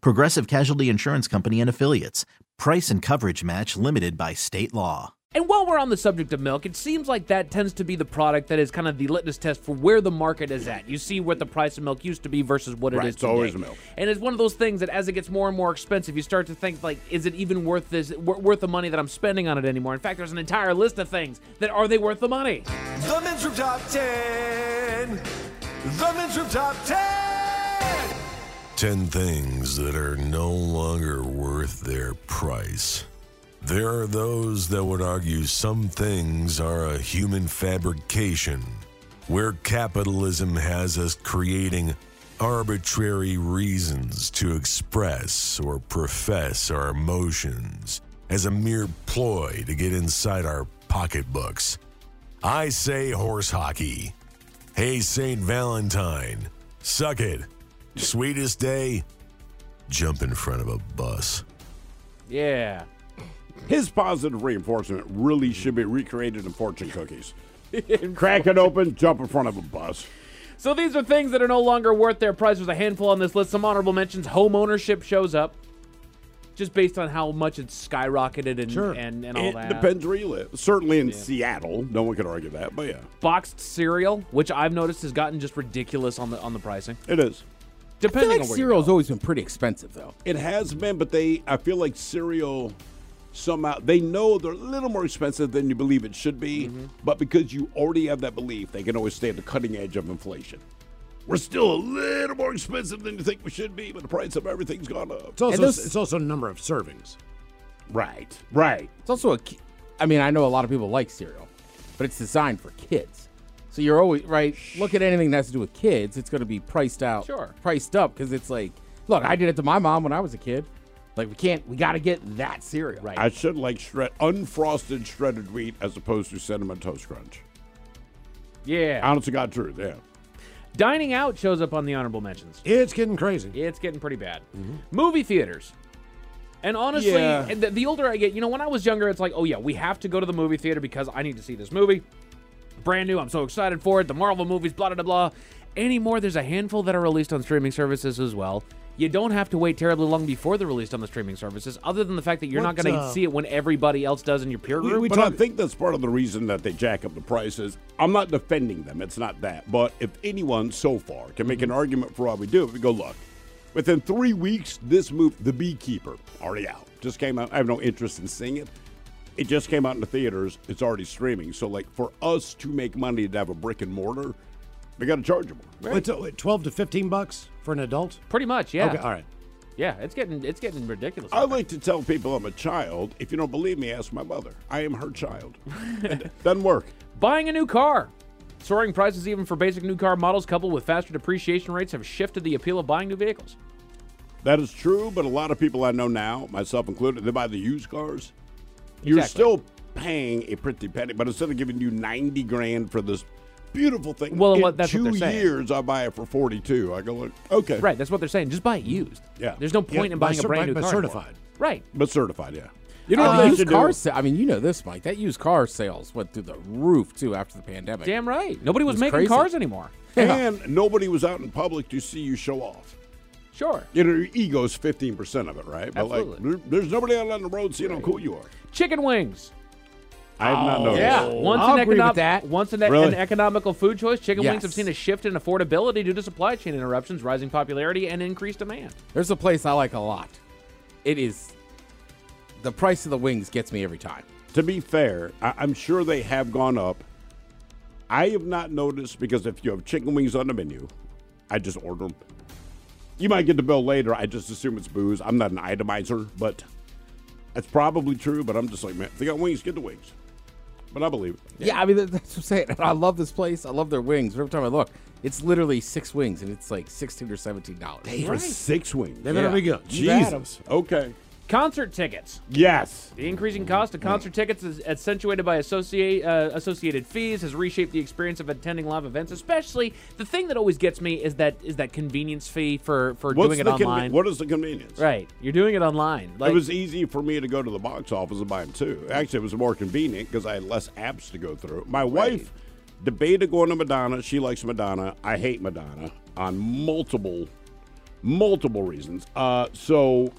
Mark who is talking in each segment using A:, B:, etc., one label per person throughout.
A: Progressive Casualty Insurance Company and Affiliates. Price and coverage match limited by state law.
B: And while we're on the subject of milk, it seems like that tends to be the product that is kind of the litmus test for where the market is at. You see what the price of milk used to be versus what it
C: Right,
B: is
C: it's
B: today.
C: always milk.
B: And it's one of those things that as it gets more and more expensive, you start to think like, is it even worth this wor- worth the money that I'm spending on it anymore? In fact, there's an entire list of things that are they worth the money?
D: The Men's Room Top 10. The Men's Room Top 10.
E: 10 things that are no longer worth their price. There are those that would argue some things are a human fabrication, where capitalism has us creating arbitrary reasons to express or profess our emotions as a mere ploy to get inside our pocketbooks. I say horse hockey. Hey, St. Valentine. Suck it. Sweetest day. Jump in front of a bus.
B: Yeah.
C: His positive reinforcement really should be recreated in fortune cookies. Crack it open, jump in front of a bus.
B: So these are things that are no longer worth their price. There's a handful on this list. Some honorable mentions. Home ownership shows up. Just based on how much it's skyrocketed and and, and all
C: it
B: that.
C: depends where you live. Certainly in Seattle, no one could argue that, but yeah,
B: boxed cereal, which I've noticed has gotten just ridiculous on the on the pricing.
C: it is.
F: I feel
B: Depending
F: like
B: on where
F: cereal's always been pretty expensive, though.
C: It has been, but they, I feel like cereal somehow, they know they're a little more expensive than you believe it should be,
B: Mm-hmm.
C: but because you already have that belief, they can always stay at the cutting edge of inflation. We're still a little more expensive than you think we should be, but the price of everything's gone up.
G: It's also,
F: And those-
G: it's also a number of servings.
C: Right, right.
F: It's also a. ki- I mean, I know a lot of people like cereal, but it's designed for kids. So you're always right. Look at anything that has to do with kids; it's going to be priced out,
B: Sure.
F: priced up because it's like, look, I did it to my mom when I was a kid. Like we can't, we got to get that cereal. Right.
C: I should like shred unfrosted shredded wheat as opposed to cinnamon toast crunch.
B: you go.
F: Uh,
B: Yeah.
C: Honest to God, truth. Yeah.
B: Dining out shows up on the honorable mentions.
G: It's getting crazy.
B: It's getting pretty bad.
F: Mm-hmm.
B: Movie theaters. And honestly,
C: Yeah.
B: and the, the older I get, you know, when I was younger, it's like, oh yeah, we have to go to the movie theater because I need to see this movie. Brand new, I'm so excited for it. The Marvel movies, blah blah blah. Anymore, there's a handful that are released on streaming services as well. You don't have to wait terribly long before they're released on the streaming services, other than the fact that you're not
G: What,
B: going to
G: uh,
B: see it when everybody else does in your peer group.
C: but I think that's part of the reason that they jack up the prices. I'm not defending them. It's not that. But if anyone so far can make an argument for why we do it, we go, look, within three weeks, this move, The Beekeeper, already out. Just came out. I have no interest in seeing it. It just came out in the theaters. It's already streaming. So, like, for us to make money to have a brick and mortar, we got to charge them. more.
G: It's, uh, 12 to 15 bucks for an adult.
B: Pretty much, yeah.
G: Okay, all right.
B: Yeah, it's getting it's getting ridiculous.
C: I like to tell people I'm a child. If you don't believe me, ask my mother. I am her child. it doesn't work.
B: Buying a new car. Soaring prices even for basic new car models coupled with faster depreciation rates have shifted the appeal of buying new vehicles.
C: That is true, but a lot of people I know now, myself included, they buy the used cars. You're
B: Exactly.
C: still paying a pretty penny, but instead of giving you 90 grand for this beautiful thing,
B: Well,
C: in
B: what- that's what
C: two
B: they're saying.
C: years I buy it for 42. I go, look, okay.
B: Right, that's what they're saying. Just buy it used.
C: Yeah.
B: There's no
G: Yeah,
B: point in
G: by
B: buying a
G: cer-
B: brand
G: by-
B: new
G: by
B: car. anymore.
G: certified.
B: Right.
C: But certified, yeah.
F: you know,
C: Uh,
F: the
C: they
F: used
C: should
F: car.
C: do-
F: Sa- I mean, you know this, Mike. That used car sales went through the roof too after the pandemic.
B: Damn right. Nobody was,
F: It's
B: making
F: crazy.
B: cars anymore.
C: And nobody was out in public to see you show off.
B: Sure.
C: You know, your ego's 15% of it, right? But like,
B: Absolutely.
C: there- there's nobody out on the road seeing how cool you are.
B: Chicken wings.
C: I have
B: Oh.
C: not noticed.
F: yeah.
B: Once
F: I'll
B: an
F: agree
B: econo-
F: with that.
B: Once an, e-
C: Really?
B: an economical food choice, chicken wings
F: Yes.
B: have seen a shift in affordability due to supply chain interruptions, rising popularity, and increased demand.
F: There's a place I like a lot. It is the price of the wings gets me every time.
C: To be fair, I- I'm sure they have gone up. I have not noticed because if you have chicken wings on the menu, I just order them. You might get the bill later. I just assume it's booze. I'm not an itemizer, but that's probably true. But I'm just like, man, if they got wings, get the wings. But I believe it.
F: Yeah, I mean that, that's what I'm saying. I love this place. I love their wings. But every time I look, it's literally six wings, and it's like sixteen or seventeen dollars.
C: For six wings.
G: They better
F: Yeah.
G: be good.
B: You had 'em.
C: Jesus. Okay.
B: Concert tickets.
C: Yes.
B: The increasing cost of concert tickets is accentuated by associate, uh, associated fees has reshaped the experience of attending live events. Especially the thing that always gets me is that is that convenience fee for for doing it
C: the conve-
B: online.
C: what is the convenience?
B: right, you're doing it online. Like,
C: it was easy for me to go to the box office and buy them too. Actually, it was more convenient because I had less apps to go through. My wife debated going to Madonna. She likes Madonna. I hate Madonna on multiple, multiple reasons. Uh, so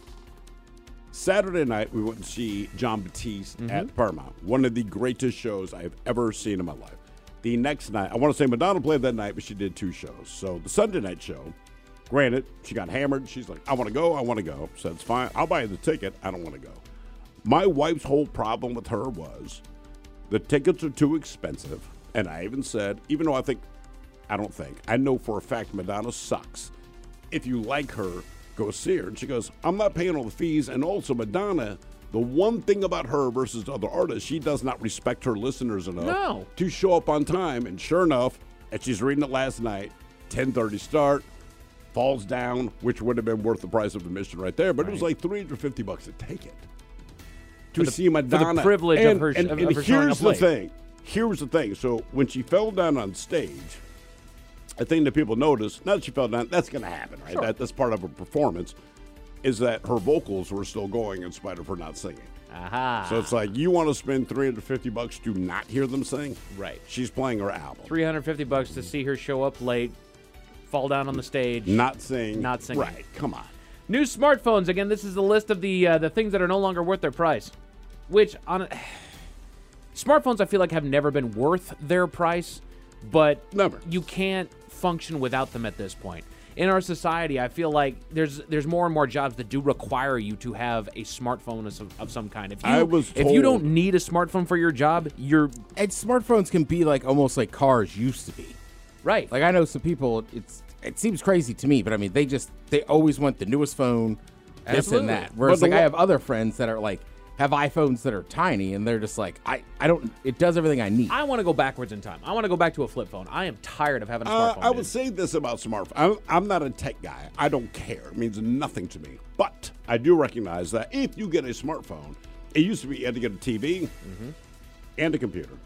C: Saturday night we went to see John Batiste at Paramount, one of the greatest shows I've ever seen in my life. The next night, I want to say Madonna played that night, but she did two shows. So the Sunday night show, granted, she got hammered. She's like, I want to go, I want to go. So it's fine. I'll buy you the ticket. I don't want to go. My wife's whole problem with her was the tickets are too expensive. And I even said, even though I think, I don't think, I know for a fact Madonna sucks. If you like her, go see her. And she goes, I'm not paying all the fees. And also, Madonna, the one thing about her versus other artists, she does not respect her listeners enough
B: No.
C: to show up on time. And sure enough, and she's reading it last night, 10:30 start, falls down, which would have been worth the price of admission right there. But it was like 350 bucks to take it to see Madonna.
B: privilege of
C: And-
B: her-
C: and-
B: of-
C: and
B: of her showing
C: here's
B: up
C: the
B: late.
C: thing. Here's the thing. So when she fell down on stage, a thing that people notice, not that she fell down, that's going to happen, right? That, that's part of a performance, is that her vocals were still going in spite of her not singing.
B: aha,
C: So it's like, you want to spend 350 bucks to not hear them sing?
B: Right.
C: She's playing her album.
B: 350 bucks to see her show up late, fall down on the stage.
C: Not sing.
B: Not singing.
C: Right. Come on.
B: New smartphones. Again, this is the list of the uh, the things that are no longer worth their price. Which on a, smartphones, I feel like have never been worth their price, but
C: Never.
B: You can't function without them at this point. In our society, I feel like there's there's more and more jobs that do require you to have a smartphone of some, of some kind. If you,
C: I was
B: if you
C: told-
B: don't need a smartphone for your job, you're
F: And smartphones can be like almost like cars used to be.
B: right.
F: Like I know some people. It's it seems crazy to me, but I mean they just they always want the newest phone, this
B: Absolutely.
F: and that. Whereas
C: But the
F: like
C: lo-
F: I have other friends that are like have iPhones that are tiny, and they're just like I I don't. It does everything I need.
B: I want to go backwards in time. I want to go back to a flip phone. I am tired of having a
C: Uh,
B: smartphone.
C: I
B: dude.
C: would say this about smartphone. I'm, I'm not a tech guy. I don't care. It means nothing to me. But I do recognize that if you get a smartphone, it used to be you had to get a TV
G: Mm-hmm.
C: and a computer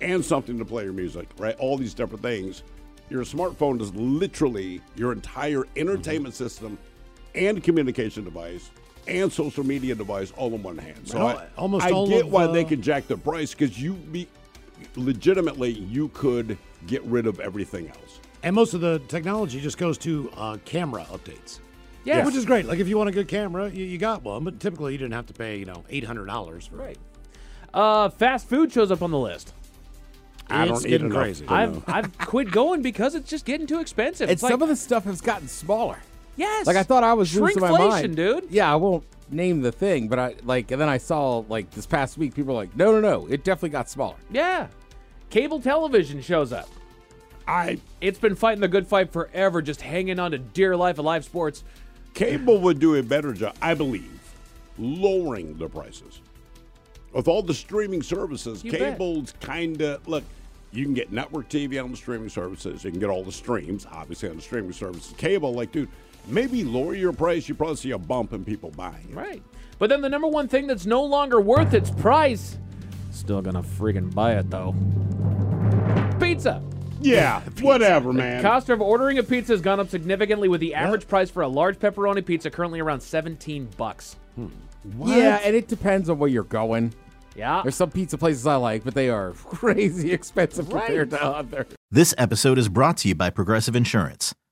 C: and something to play your music, right? All these different things. Your smartphone is literally your entire entertainment
G: Mm-hmm.
C: system and communication device and social media device all in one hand. So
G: Well,
C: I,
G: almost
C: I
G: all
C: get
G: of,
C: why
G: uh,
C: they could jack the price because you be legitimately you could get rid of everything else.
G: And most of the technology just goes to uh, camera updates.
B: Yes.
G: Which is great. Like if you want a good camera, you, you got one. But typically, you didn't have to pay you know eight hundred dollars for
B: Right. Uh, fast food shows up on the list.
C: I
G: It's
C: don't eat
G: getting
C: enough
G: crazy.
C: to know.
B: I've I've quit going because it's just getting too expensive.
F: and
B: It's, like,
F: some of the stuff has gotten smaller.
B: yes,
F: Like I thought I was losing my
B: shrinkflation,
F: mind,
B: dude.
F: Yeah, I won't name the thing, but I like, and then I saw like this past week, people were like, no, no, no, it definitely got smaller.
B: Yeah, cable television shows up.
C: I
B: It's been fighting the good fight forever, just hanging on to dear life of live sports.
C: cable would do a better job, I believe, lowering the prices. With all the streaming services,
B: You bet.
C: cable's kind of look. You can get network TV on the streaming services. You can get all the streams, obviously, on the streaming services. Cable, like, dude, maybe lower your price. You probably see a bump in people buying. it.
B: Right. But then the number one thing that's no longer worth its price, still gonna friggin' buy it though. Pizza.
C: Yeah, whatever, man.
B: Cost of ordering a pizza has gone up significantly, with the average price for a large pepperoni pizza currently around 17 bucks.
F: Yeah, and it depends on where you're going.
B: Yeah.
F: There's some pizza places I like, but they are crazy expensive compared to others.
A: This episode is brought to you by Progressive Insurance.